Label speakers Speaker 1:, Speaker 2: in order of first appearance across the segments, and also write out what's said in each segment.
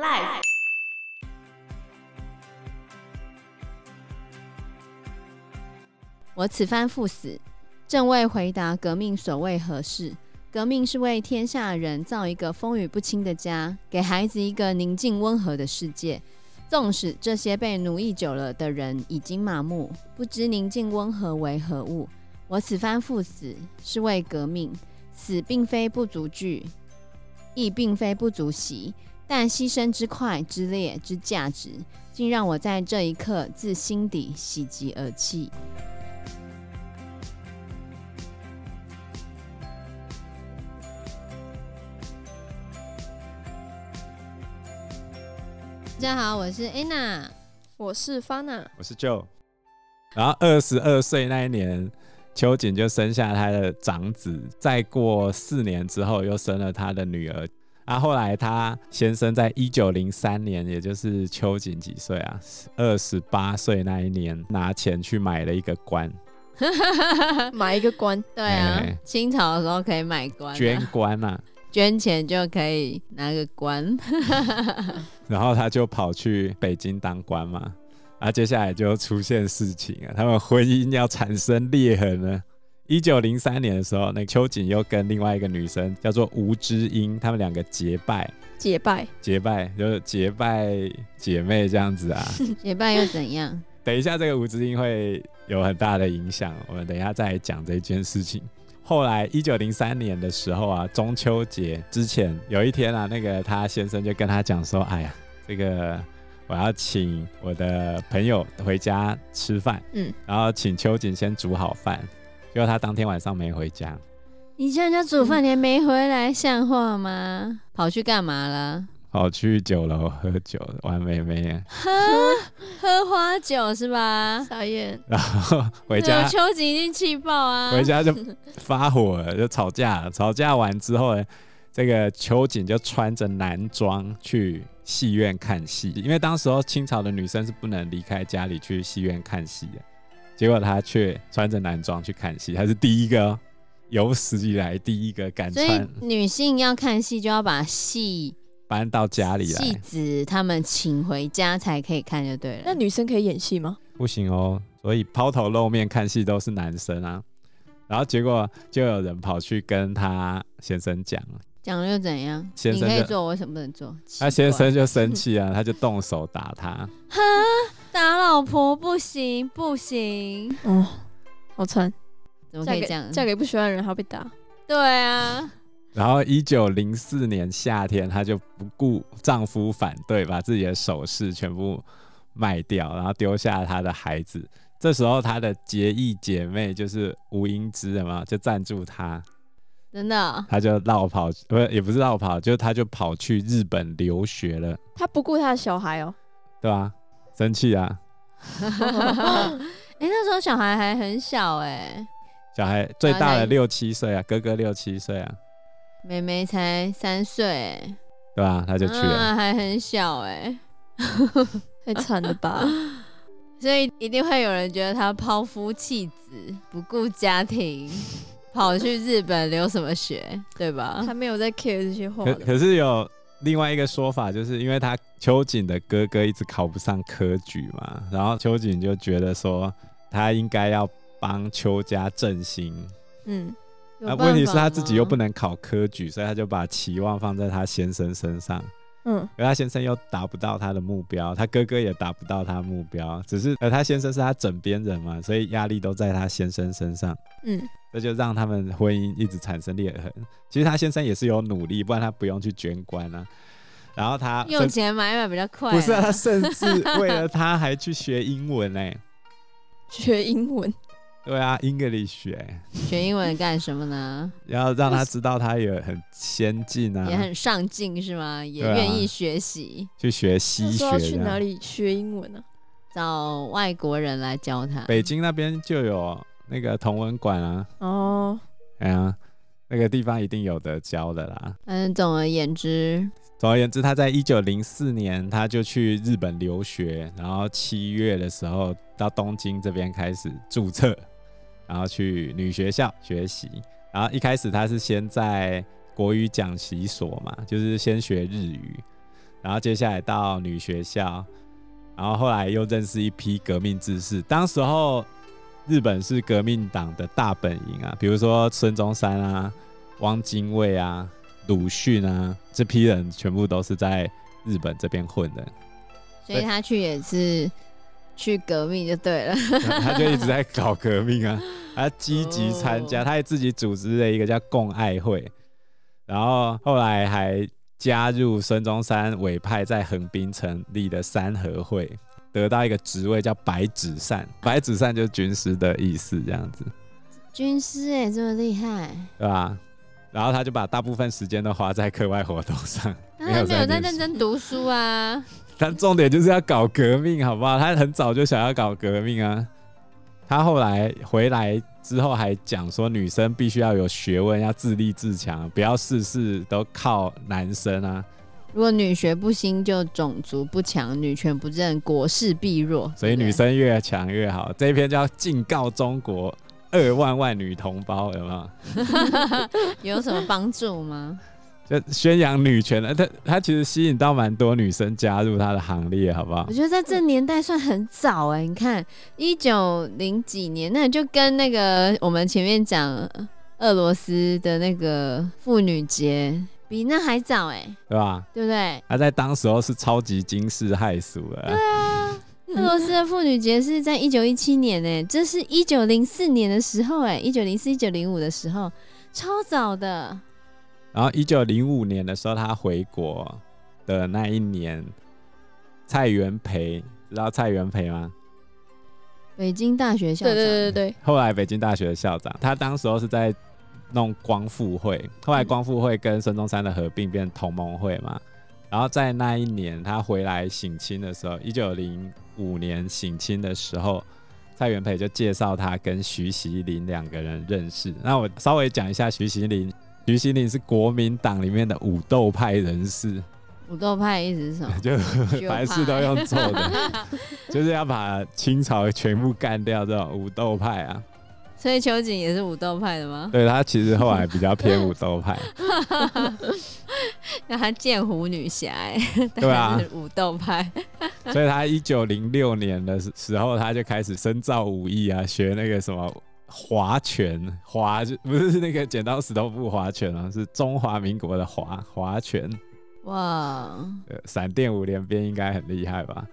Speaker 1: Life。我此番赴死，正为回答革命所谓何事。革命是为天下人造一个风雨不侵的家，给孩子一个宁静温和的世界。纵使这些被奴役久了的人已经麻木，不知宁静温和为何物。我此番赴死，是为革命。死并非不足惧，亦并非不足惜。但牺牲之快、之烈、之价值，竟让我在这一刻自心底喜极而泣。大家好，我是 Anna。
Speaker 2: 我是 Fana，
Speaker 3: 我是 Joe。然后二十二岁那一年，秋瑾就生下他的长子，再过四年之后又生了他的女儿。啊，后来他先生在一九零三年，也就是秋瑾几岁啊？二十八岁那一年，拿钱去买了一个官，
Speaker 2: 买一个官，
Speaker 1: 对啊
Speaker 3: 哎，
Speaker 1: 清朝的时候可以买官、啊，
Speaker 3: 捐官啊。
Speaker 1: 捐钱就可以拿个官。
Speaker 3: 然后他就跑去北京当官嘛。啊，接下来就出现事情啊了，他们婚姻要产生裂痕了。一九零三年的时候，那秋瑾又跟另外一个女生叫做吴知英，他们两个结拜，
Speaker 2: 结拜，
Speaker 3: 结拜就是结拜姐妹这样子啊。
Speaker 1: 结拜又怎样？
Speaker 3: 等一下，这个吴知英会有很大的影响，我们等一下再来讲这件事情。后来，一九零三年的时候啊，中秋节之前有一天啊，那个他先生就跟他讲说：“哎呀，这个我要请我的朋友回家吃饭，
Speaker 2: 嗯，
Speaker 3: 然后请秋瑾先煮好饭。”结果他当天晚上没回家，
Speaker 1: 你叫人家煮饭，你还没回来，像话吗？嗯跑去干嘛了？
Speaker 3: 跑去酒楼喝酒玩妹妹啊，
Speaker 1: 喝喝花酒是吧？
Speaker 2: 傻眼，
Speaker 3: 然后回
Speaker 1: 对
Speaker 3: 家
Speaker 1: 啊秋瑾已经气爆啊！
Speaker 3: 回家就发火了，就吵架了。吵架完之后呢，这个秋瑾就穿着男装去戏院看戏，因为当时候清朝的女生是不能离开家里去戏院看戏的。结果她却穿着男装去看戏，她是第一个哦、有史以来第一个敢
Speaker 1: 所以
Speaker 3: 穿
Speaker 1: 女性要看戏，就要把戏
Speaker 3: 搬到家里
Speaker 1: 戏
Speaker 3: 来，
Speaker 1: 子他们请回家才可以看，就对
Speaker 2: 那
Speaker 1: 了。
Speaker 2: 女生可以演戏吗？
Speaker 3: 不行哦。所以抛头露面看戏都是男生啊。然后结果就有人跑去跟他先生讲，
Speaker 1: 讲了又怎样？
Speaker 3: 先
Speaker 1: 你
Speaker 3: 生
Speaker 1: 可以
Speaker 3: 就
Speaker 1: 做，我为什么不能做？
Speaker 3: 他先
Speaker 1: 奇怪
Speaker 3: 生就生气啊，他就动手打他。
Speaker 1: 哈打老婆不行不行，
Speaker 2: 哦，好惨，
Speaker 1: 怎么
Speaker 2: 嫁
Speaker 1: 可以
Speaker 2: 给
Speaker 1: 这样？
Speaker 2: 嫁给不喜欢的人还要被打，
Speaker 1: 对啊，
Speaker 3: 然后，一九零四年夏天，她就不顾丈夫反对，把自己的首饰全部卖掉，然后丢下她的孩子。这时候，她的结义姐妹就是吴英之的嘛，就赞助她，
Speaker 1: 真的哦、
Speaker 3: 她就绕跑，不是也不是绕跑，就是她就跑去日本留学了，
Speaker 2: 他不顾他的小孩哦，
Speaker 3: 对吧？生气啊！
Speaker 1: 哎、那时候小孩还很小哎、
Speaker 3: 小孩最大
Speaker 1: 那
Speaker 3: 的六七岁啊，哥哥六七岁啊，
Speaker 1: 妹妹才三岁、欸，
Speaker 3: 对吧？她就去了。
Speaker 1: 啊、还很小哎、
Speaker 2: 太惨了 吧？
Speaker 1: 所以一定会有人觉得他抛夫弃子，不顾家庭，跑去日本留什么学，对吧？
Speaker 2: 他没有在 care 这
Speaker 1: 哦
Speaker 2: 些话
Speaker 3: 可
Speaker 2: 的，
Speaker 3: 可是有另外一个说法，就是因为他秋瑾的哥哥一直考不上科举嘛，然后秋瑾就觉得说他应该要帮秋家振兴。
Speaker 2: 嗯，
Speaker 1: 有
Speaker 3: 那
Speaker 1: 办
Speaker 3: 啊问题是
Speaker 1: 法
Speaker 3: 他自己又不
Speaker 1: 吗
Speaker 3: 能考科举，所以他就把期望放在他先生身上，
Speaker 2: 嗯，
Speaker 3: 而他先生又达不到他的目标，他哥哥也达不到他目标，只是呃他先生是他枕边人嘛，所以压力都在他先生身上。
Speaker 2: 嗯，
Speaker 3: 这就让他们婚姻一直产生裂痕。其实他先生也是有努力，不然他不用去捐官啊。然后他
Speaker 1: 用
Speaker 3: 甚
Speaker 1: 钱买买比较快啦。
Speaker 3: 不是啊，他甚至为了他还去学英文呢、
Speaker 2: 学英 文，
Speaker 3: 对啊，English 哎、
Speaker 1: 学英文干什么呢？
Speaker 3: 要让他知道他也很先进
Speaker 1: 也
Speaker 3: 啊，
Speaker 1: 很上进是吗？也
Speaker 3: 对啊
Speaker 1: 愿意学习，
Speaker 3: 去学
Speaker 2: 那
Speaker 3: 西
Speaker 2: 时
Speaker 3: 学
Speaker 2: 候要去
Speaker 3: 这样
Speaker 2: 哪里学英文啊？
Speaker 1: 找外国人来教他。
Speaker 3: 北京那边就有那个同文馆啊，
Speaker 2: 哦，
Speaker 3: 哎呀、那个地方一定有的教的啦。
Speaker 1: 嗯，总而言之，
Speaker 3: 总而言之，他在一九零四年他就去日本留学，然后七月的时候到东京这边开始注册，然后去女学校学习。然后一开始他是先在国语讲习所嘛，就是先学日语，然后接下来到女学校，然后后来又认识一批革命志士。当时候日本是革命党的大本营啊，比如说孙中山啊、汪精卫啊、鲁迅啊，这批人全部都是在日本这边混的，
Speaker 1: 所以他去也是去革命就对了。
Speaker 3: 他就一直在搞革命啊，他积极参加，
Speaker 1: 哦
Speaker 3: 他也自己组织了一个叫共爱会，然后后来还加入孙中山委派在横滨成立的三合会，得到一个职位叫白纸扇，白纸扇就是军师的意思，这样子，
Speaker 1: 军师哎、这么厉害，
Speaker 3: 对吧？然后他就把大部分时间都花在课外活动上，
Speaker 1: 那他没有在
Speaker 3: 念
Speaker 1: 认
Speaker 3: 书
Speaker 1: 真读书啊。
Speaker 3: 但重点就是要搞革命，好不好？他很早就想要搞革命啊。他后来回来之后还讲说，女生必须要有学问，要自立自强，不要事事都靠男生啊。
Speaker 1: 如果女学不兴，就种族不强，女权不振，国势必弱。
Speaker 3: 所以
Speaker 1: 对不对
Speaker 3: 女生越强越好。这一篇叫《警告中国二万万女同胞》，有没有？
Speaker 1: 有什么帮助吗？
Speaker 3: 就宣扬女权的，他他其实吸引到蛮多女生加入他的行列，好不好
Speaker 1: 我？觉得在这年代算很早哎、你看一九零几年，那就跟那个我们前面讲呃俄罗斯的那个妇女节比那还早哎、
Speaker 3: 对吧？
Speaker 1: 对不对？
Speaker 3: 他在当时候是超级惊世骇俗的啊、
Speaker 1: 俄罗斯的妇女节是在一九一七年哎、这是一九零四年的时候哎、1一九零四、一九零五的时候，超早的。
Speaker 3: 然后一九零五年的时候，他回国的那一年，蔡元培，知道蔡元培吗？
Speaker 1: 北京大学校
Speaker 2: 对
Speaker 1: 长，
Speaker 2: 对对对
Speaker 3: 后来北京大学的校长，他当时候是在弄光复会，后来光复会跟孙中山的合并变同盟会嘛。然后在那一年他回来省亲的时候，一九零五年省亲的时候，蔡元培就介绍他跟徐锡麟两个人认识。那我稍微讲一下徐锡麟，徐锡麟是国民党里面的武斗派人士。
Speaker 1: 武斗派意思是什么？
Speaker 3: 就凡事都用做的，就是要把清朝全部干掉这种武斗派啊。
Speaker 1: 所以秋瑾也是武斗派的吗？
Speaker 3: 对他其实后来比较偏武斗派，
Speaker 1: 那她剑湖女侠、 欸，
Speaker 3: 对啊
Speaker 1: 但是武斗派。
Speaker 3: 所以他一九零六年的时时候他就开始深造武艺啊，学那个什么划拳，划就不是那个剪刀石头布划拳啊，是中华民国的划划拳。
Speaker 1: 哇，
Speaker 3: 呃，闪电五连鞭应该很厉害吧？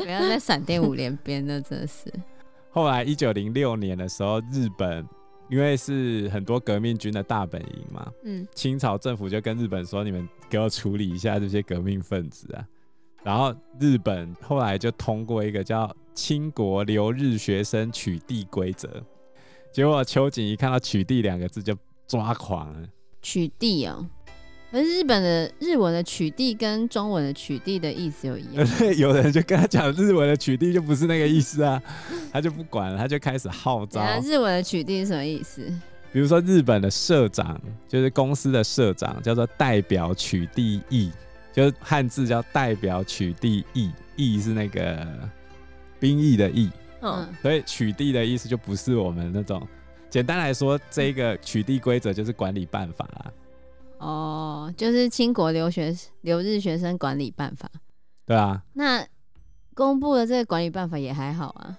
Speaker 1: 不要再闪电五连鞭了，真的是。
Speaker 3: 后来一九零六年的时候，日本因为是很多革命军的大本营嘛，
Speaker 2: 嗯，
Speaker 3: 清朝政府就跟日本说：“你们给我处理一下这些革命分子啊。”然后日本后来就通过一个叫《清国留日学生取缔规则》，结果秋瑾一看到“取缔”两个字就抓狂了。
Speaker 1: 取缔哦，可是日本的日文的取缔跟中文的取缔的意思有 一样。
Speaker 3: 有人就跟他讲日文的“取缔”就不是那个意思啊，他就不管了，他就开始号召
Speaker 1: 等。下日文的取缔是什么意思？
Speaker 3: 比如说日本的社长，就是公司的社长，叫做代表取缔役，就是汉字叫代表取缔役，役是那个兵役的役，
Speaker 2: 嗯，
Speaker 3: 所以取缔的意思就不是我们那种。简单来说，这个取缔规则就是管理办法啦，
Speaker 1: 哦，就是清国留学留日学生管理办法。
Speaker 3: 对啊，
Speaker 1: 那公布了这个管理办法也还好啊。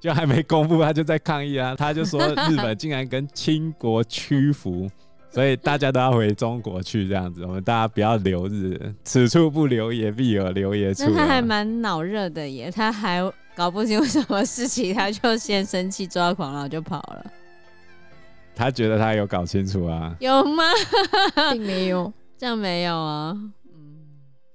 Speaker 3: 就还没公布，他就在抗议啊，他就说日本竟然跟清国屈服， 所以大家都要回中国去这样子，我们大家不要留日，此处不留爷必有留爷处啊。
Speaker 1: 那他还蛮脑热的耶，他还搞不清楚什么事情，他就先生气抓狂，然后就跑了，
Speaker 3: 他觉得他有搞清楚啊。
Speaker 1: 有吗？
Speaker 2: 并没有，
Speaker 1: 这样没有啊，嗯，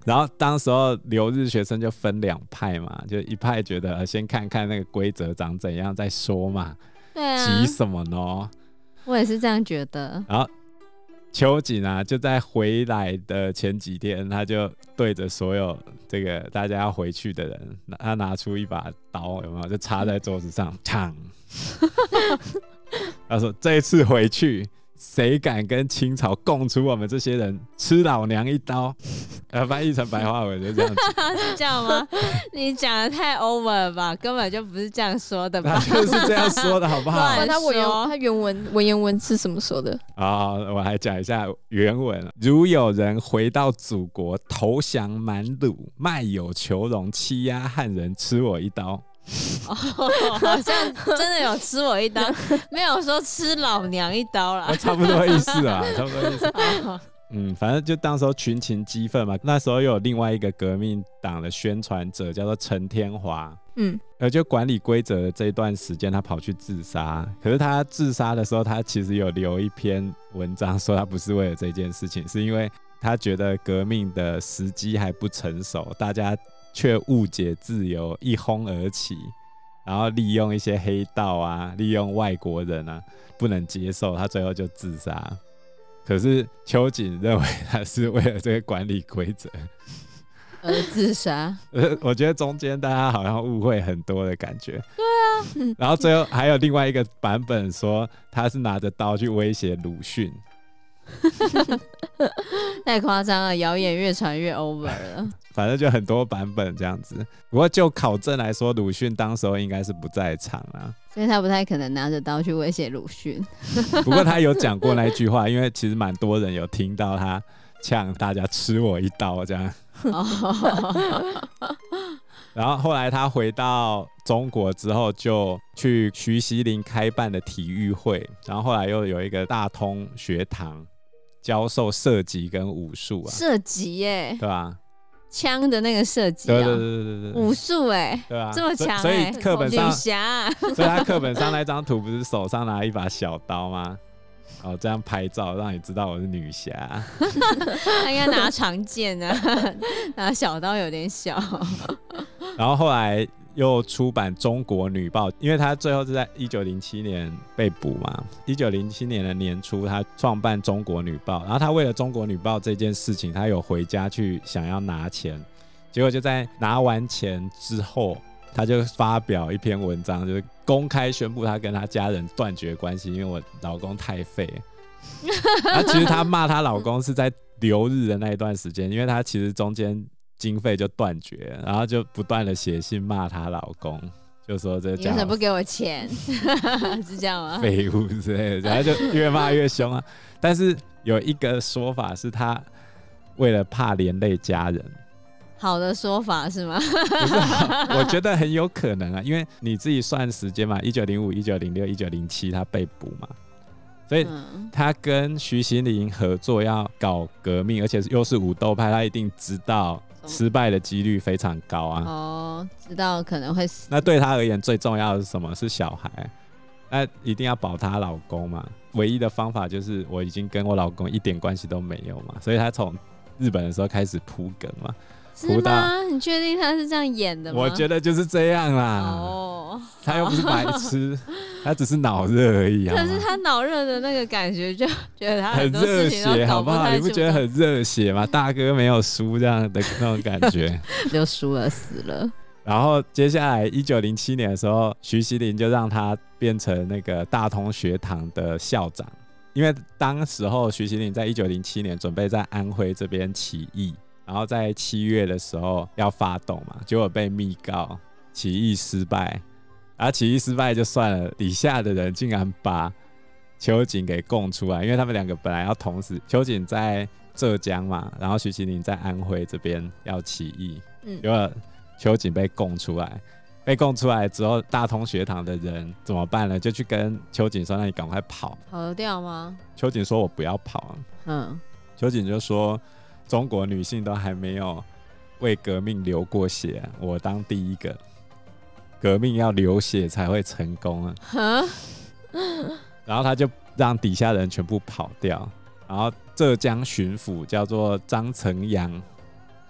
Speaker 3: 然后当时候留日学生就分两派嘛，就一派觉得呃先看看那个规则长怎样再说嘛，
Speaker 1: 对啊
Speaker 3: 急，什么呢？
Speaker 1: 我也是这样觉 得。
Speaker 3: 然后秋瑾啊，就在回来的前几天，他就对着所有这个大家要回去的人，拿他拿出一把刀，有没有？就插在桌子上，抢。他说：“这一次回去谁敢跟清朝供出我们这些人，吃老娘一刀？ 呃，翻译成白话文就这样子，
Speaker 1: 是这样吗？你讲的太 over 了吧，根本就不是这样说 的
Speaker 3: 他
Speaker 1: 吧？
Speaker 3: 就是这样说的好不好？
Speaker 1: 乱
Speaker 3: 啊、
Speaker 2: 那他
Speaker 1: 说
Speaker 2: 文言他原文文言文是怎么说的？
Speaker 3: 我还讲一下原文：如有人回到祖国投降蛮虏，卖友求荣，欺压汉人，吃我一刀。
Speaker 1: 好像真的有吃我一刀，没有说吃老娘一刀啦。
Speaker 3: 啊，
Speaker 1: 哦
Speaker 3: 差不多意思啊，差不多意思。嗯，反正就当时候群情激愤嘛，那时候又有另外一个革命党的宣传者叫做陈天华，
Speaker 2: 嗯，
Speaker 3: 呃，就管理规则的这一段时间，他跑去自杀。可是他自杀的时候，他其实有留一篇文章说他不是为了这件事情，是因为他觉得革命的时机还不成熟，大家却误解自由，一哄而起，然后利用一些黑道啊，利用外国人啊，不能接受，他最后就自杀。可是秋瑾认为他是为了这个管理规则，
Speaker 1: 而自杀，
Speaker 3: 呃，我觉得中间大家好像误会很多的感觉。对啊，然后最后还有另外一个版本说他是拿着刀去威胁鲁迅，
Speaker 1: 太夸张了，谣言越传越 over 了。
Speaker 3: 反正就很多版本这样子。不过就考证来说，鲁迅当时候应该是不在场啊。
Speaker 1: 所以他不太可能拿着刀去威胁鲁迅。
Speaker 3: 不过他有讲过那句话，因为其实蛮多人有听到他呛大家吃我一刀这 样。
Speaker 1: 哦，
Speaker 3: 然后后来他回到中国之后，就去徐锡麟开办的体育会，然后后来又有一个大通学堂教授射击跟武术啊，
Speaker 1: 射击耶，
Speaker 3: 对吧？
Speaker 1: 枪的那个射击
Speaker 3: 对对
Speaker 1: 啊，
Speaker 3: 对对对对，
Speaker 1: 武术哎，
Speaker 3: 对啊，
Speaker 1: 这么强
Speaker 3: 所以所
Speaker 1: 欸
Speaker 3: 以课本
Speaker 1: 女
Speaker 3: 上，
Speaker 1: 侠啊，
Speaker 3: 所以他课本上那张图不是手上拿一把小刀吗？哦，这样拍照让你知道我是女侠。
Speaker 1: 她应该拿长剑啊， 拿小刀有点小。
Speaker 3: 然后后来又出版《中国女报》，因为他最后是在一九零七年被捕嘛。一九零七年的年初，他创办《中国女报》，然后他为了《中国女报》这件事情，他有回家去想要拿钱，结果就在拿完钱之后。他就发表一篇文章，就是公开宣布他跟他家人断绝关系，因为我老公太废 了。然后其实她骂她老公是在留日的那一段时间，因为她其实中间经费就断绝，然后就不断的写信骂她老公，就说这
Speaker 1: 你为什
Speaker 3: 家
Speaker 1: 么不
Speaker 3: 伙
Speaker 1: 给我钱？ 是这样吗？
Speaker 3: 废物之类的，然后就越骂越凶啊。但是有一个说法是她为了怕连累家人，
Speaker 1: 好的说法是吗？
Speaker 3: 不是啊、我觉得很有可能啊，因为你自己算时间嘛，一九零五、一九零六、一九零七，她被捕嘛，所以
Speaker 1: 嗯，
Speaker 3: 他跟徐新林合作要搞革命，而且又是武斗派，他一定知道失败的几率非常高啊。
Speaker 1: 哦，知道可能会死。
Speaker 3: 那对他而言最重要的是什么？是小孩，那一定要保她老公嘛。唯一的方法就是我已经跟我老公一点关系都没有嘛，所以他从日本的时候开始铺梗嘛。
Speaker 1: 是
Speaker 3: 胡大
Speaker 1: 吗？你确定他是这样演的吗？
Speaker 3: 我觉得啊就是这样啦，
Speaker 1: 哦，
Speaker 3: 他又不是白 痴，他只是脑热而已啊。好
Speaker 1: 可
Speaker 3: 吗
Speaker 1: 是他脑热的那个感觉，就觉得他
Speaker 3: 很
Speaker 1: 多事
Speaker 3: 热
Speaker 1: 情都
Speaker 3: 血，
Speaker 1: 搞
Speaker 3: 好不好？
Speaker 1: 太
Speaker 3: 你不
Speaker 1: 清
Speaker 3: 觉得
Speaker 1: 楚
Speaker 3: 很热血吗？大哥没有输这样的那种感觉。
Speaker 1: 就输了死了？
Speaker 3: 然后接下来，一九零七年的时候，徐锡麟就让他变成那个大同学堂的校长，因为当时候徐锡麟在一九零七年准备在安徽这边起义，然后在七月的时候要发动嘛，结果被密告起义失败，然后起义失败就算了，底下的人竟然把秋瑾给供出来，因为他们两个本来要同时，秋瑾在浙江嘛，然后徐锡麟在安徽这边要起义，
Speaker 2: 嗯
Speaker 3: 结果秋瑾被供出来，被供出来之后，大同学堂的人怎么办呢？就去跟秋瑾说：“那你赶快跑。
Speaker 1: 跑得掉吗？”
Speaker 3: 秋瑾说：“我不要跑。
Speaker 1: 嗯，”
Speaker 3: 秋瑾就说：“中国女性都还没有为革命流过血，我当第一个。革命要流血才会成功啊！”
Speaker 1: 哼，
Speaker 3: 然后他就让底下人全部跑掉。然后浙江巡抚叫做张成阳，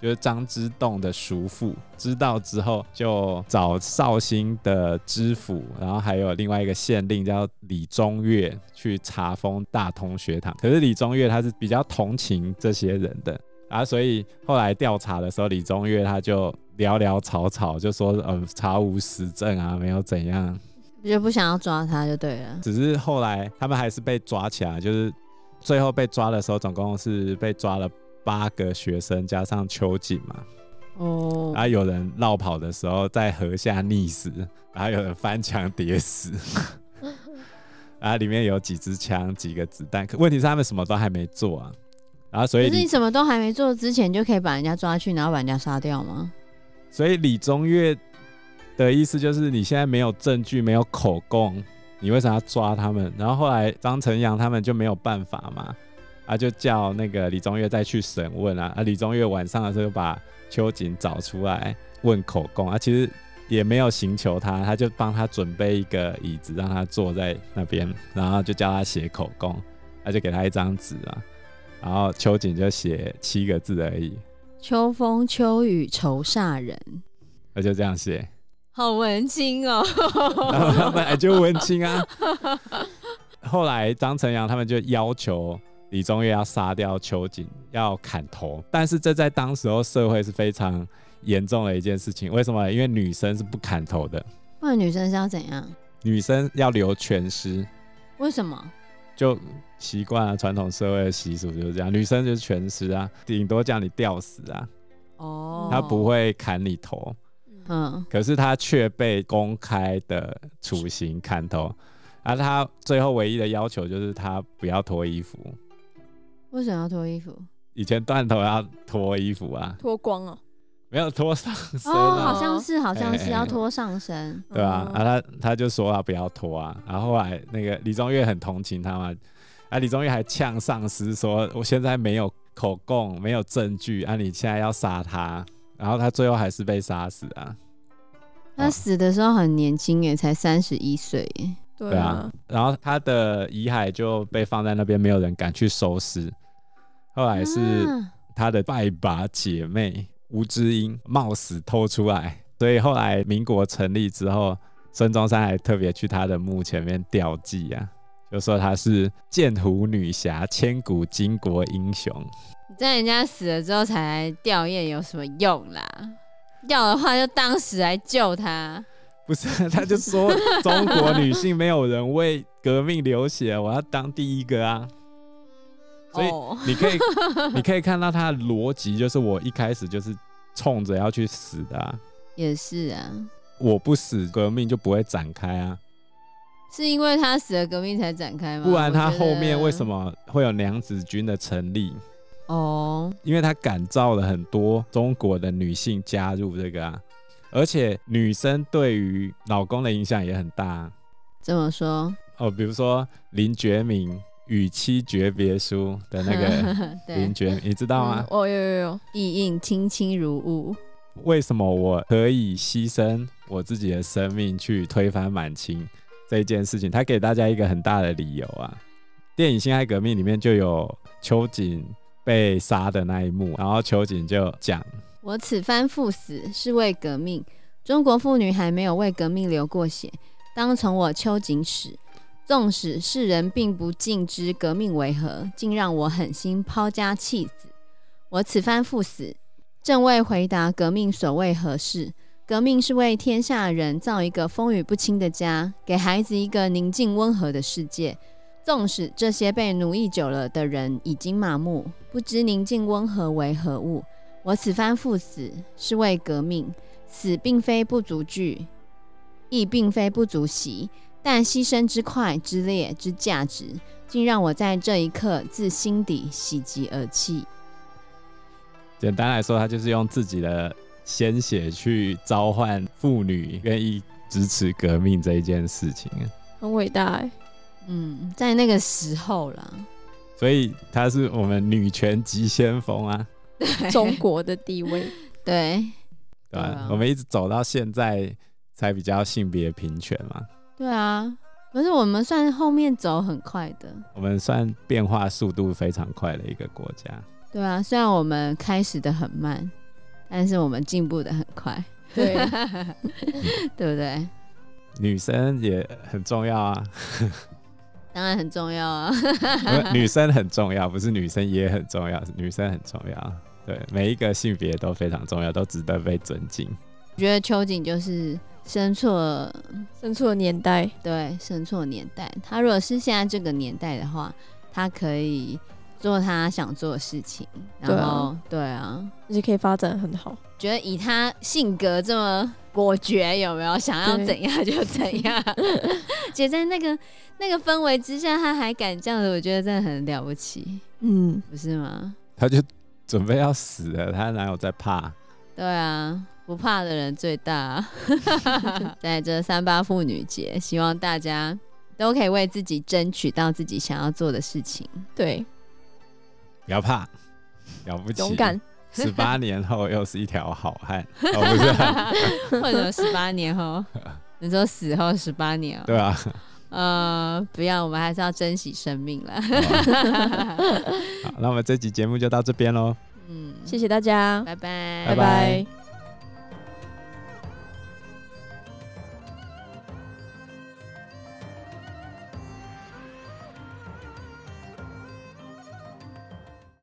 Speaker 3: 就是张之洞的叔父，知道之后就找绍兴的知府，然后还有另外一个县令叫李中岳去查封大同学堂。可是李中岳他是比较同情这些人的。啊，所以后来调查的时候，李中岳他就寥寥草草就说，嗯，查无实证啊，没有怎样，
Speaker 1: 比就不想要抓他就对了。
Speaker 3: 只是后来他们还是被抓起来，就是最后被抓的时候，总共是被抓了八个学生，加上秋瑾嘛。
Speaker 1: 哦，
Speaker 3: 然后有人绕跑的时候在河下溺死，然后有人翻墙 跌死，然后里面有几支枪、几个子弹，可问题是他们什么都还没做啊。然后所
Speaker 1: 可
Speaker 3: 以
Speaker 1: 是
Speaker 3: 李
Speaker 1: 你什么都还没做之前就可以把人家抓去，然后把人家杀掉吗？
Speaker 3: 所以李宗岳的意思就是，你现在没有证据，没有口供，你为什么要抓他们？然后后来张晨阳他们就没有办法嘛，啊，就叫那个李宗岳再去审问啊。啊，李宗岳晚上的时候就把秋瑾找出来问口供啊，其实也没有刑求他，他就帮他准备一个椅子让他坐在那边，然后就叫他写口供，他、就给他一张纸啊，然后秋瑾就写七个字而已，
Speaker 1: 秋风秋雨愁煞人，
Speaker 3: 他啊就这样写。
Speaker 1: 好文青哦。
Speaker 3: 然后他本来就文青啊。 后来张晨阳他们就要求李宗岳要杀掉邱瑾，要砍头，但是这在当时候社会是非常严重的一件事情。为什么？因为女生是不砍头的，
Speaker 1: 那女生是要怎样？
Speaker 3: 女生要留全尸，
Speaker 1: 为什么？
Speaker 3: 就习惯啊，传统社会的习俗就是这样，女生就是全尸啊，顶多叫你吊死啊，
Speaker 1: 哦，
Speaker 3: 他不，会砍你头。
Speaker 1: 嗯，
Speaker 3: 可是他却被公开的处刑砍头，而、他最后唯一的要求就是他不要脱衣服。
Speaker 1: 为什么要脱衣服？
Speaker 3: 以前断头要脱衣服啊，
Speaker 2: 脱光哦，
Speaker 3: 没有脱上身
Speaker 1: 哦，
Speaker 3: 啊，
Speaker 1: 好像是，好像
Speaker 3: 哎哎
Speaker 1: 是
Speaker 3: 哎
Speaker 1: 要脱上身。
Speaker 3: 对吧、啊？
Speaker 2: 嗯
Speaker 3: 他他就说他不要脱啊，然后后来那个李宗岳很同情他嘛，啊，李宗岳还呛上司说，我现在没有口供，没有证据，啊，你现在要杀他，然后他最后还是被杀死啊。
Speaker 1: 他死的时候很年轻耶，才三十一岁耶。
Speaker 2: 对
Speaker 3: 对啊
Speaker 2: 啊，，
Speaker 3: 然后他的遗骸就被放在那边，没有人敢去收尸。后来是
Speaker 1: 啊
Speaker 3: 他的拜把姐妹吴知英冒死偷出来，所以后来民国成立之后，孙中山还特别去他的墓前面吊祭啊，就说她是剑湖女侠，千古巾帼英雄。
Speaker 1: 你在人家死了之后才来吊唁有什么用啦？要的话就当时来救他。
Speaker 3: 不是，啊他就说中国女性没有人为革命流血，我要当第一个啊。所以
Speaker 2: 哦
Speaker 3: 你可以， 你可以看到他的逻辑，就是我一开始就是冲着要去死的、啊，
Speaker 1: 也是啊，
Speaker 3: 我不死，革命就不会展开啊。
Speaker 1: 是因为他死了革命才展开吗？
Speaker 3: 不然
Speaker 1: 嗯
Speaker 3: 他
Speaker 1: 我觉得
Speaker 3: 后面为什？么会有娘子军的成立？
Speaker 1: 哦，
Speaker 3: 因为他感召了很多中国的女性加入这个啊，而且女生对于老公的影响也很大啊、
Speaker 1: 怎么说？
Speaker 3: 哦，比如说林觉民《与妻诀别书》的那 个
Speaker 1: 对，
Speaker 3: 林觉民，你知道吗
Speaker 2: 嗯？哦，有有有，
Speaker 1: 意应清清如雾。
Speaker 3: 为什么我可以牺牲我自己的生命去推翻满清这一件事情？他给大家一个很大的理由啊。电影《辛亥革命》里面就有秋瑾被杀的那一幕，啊然后秋瑾就讲，
Speaker 1: 我此番赴死是为革命，中国妇女还没有为革命流过血，当从我秋瑾始。纵使世人并不尽知革命为何，竟让我狠心抛家弃子。我此番赴死，正为回答革命所谓何事。革命是为天下人造一个风雨不侵的家，给孩子一个宁静温和的世界。纵使这些被奴役久了的人已经麻木，不知宁静温和为何物，我此番赴死，是为革命。死并非不足惧，亦并非不足惜，但牺牲之快、之烈、之价值，竟让我在这一刻自心底喜极而泣。
Speaker 3: 简单来说，他就是用自己的鲜血去召唤妇女愿意支持革命这一件事情啊。
Speaker 2: 很伟大哎，
Speaker 1: 嗯，在那个时候啦，
Speaker 3: 所以他是我们女权急先锋啊，
Speaker 2: 中国的地位，
Speaker 1: 对
Speaker 3: 对
Speaker 1: 对
Speaker 3: 吧？
Speaker 1: 啊
Speaker 3: 我们一直走到现在才比较性别平权嘛。
Speaker 1: 对啊，可是我们算后面走很快的，
Speaker 3: 我们算变化速度非常快的一个国家。
Speaker 1: 对啊，虽然我们开始的很慢，但是我们进步的很快，
Speaker 2: 对，
Speaker 1: 对不对？
Speaker 3: 女生也很重 要啊，
Speaker 1: 当然很重要啊。
Speaker 3: 不女生很重要，不是女生也很重要，是女生很重要。对，每一个性别都非常重要，都值得被尊敬。
Speaker 1: 我觉得秋瑾就是生错
Speaker 2: 生错年代，
Speaker 1: 对生错年代。他如果是现在这个年代的话，他可以做他想做的事情，
Speaker 2: 对
Speaker 1: 然
Speaker 2: 啊
Speaker 1: 后对啊，
Speaker 2: 而且可以发展得很好。
Speaker 1: 觉得以他性格这么果决，有没有想要
Speaker 2: 对
Speaker 1: 怎样就怎样？姐在那个那个氛围之下，他还敢这样子，我觉得真的很了不起，
Speaker 2: 嗯，
Speaker 1: 不是吗？
Speaker 3: 他就准备要死了，他哪有在怕？
Speaker 1: 对啊，不怕的人最大 啊。在这三八妇女节，希望大家都可以为自己争取到自己想要做的事 情。
Speaker 2: 对，
Speaker 3: 不要怕，了不起，
Speaker 2: 勇敢。。
Speaker 1: 嗯
Speaker 3: 十八年后又是一条好汉，哦，不是 啊、
Speaker 1: 或者十八年 后，你说死后十八年哦，
Speaker 3: 对啊，
Speaker 1: 呃，不要，我们还是要珍惜生命 啦。
Speaker 3: 哦好，那我们这期节目就到这边喽。
Speaker 1: 嗯，
Speaker 2: 谢谢大家，
Speaker 1: 拜拜，
Speaker 3: 拜拜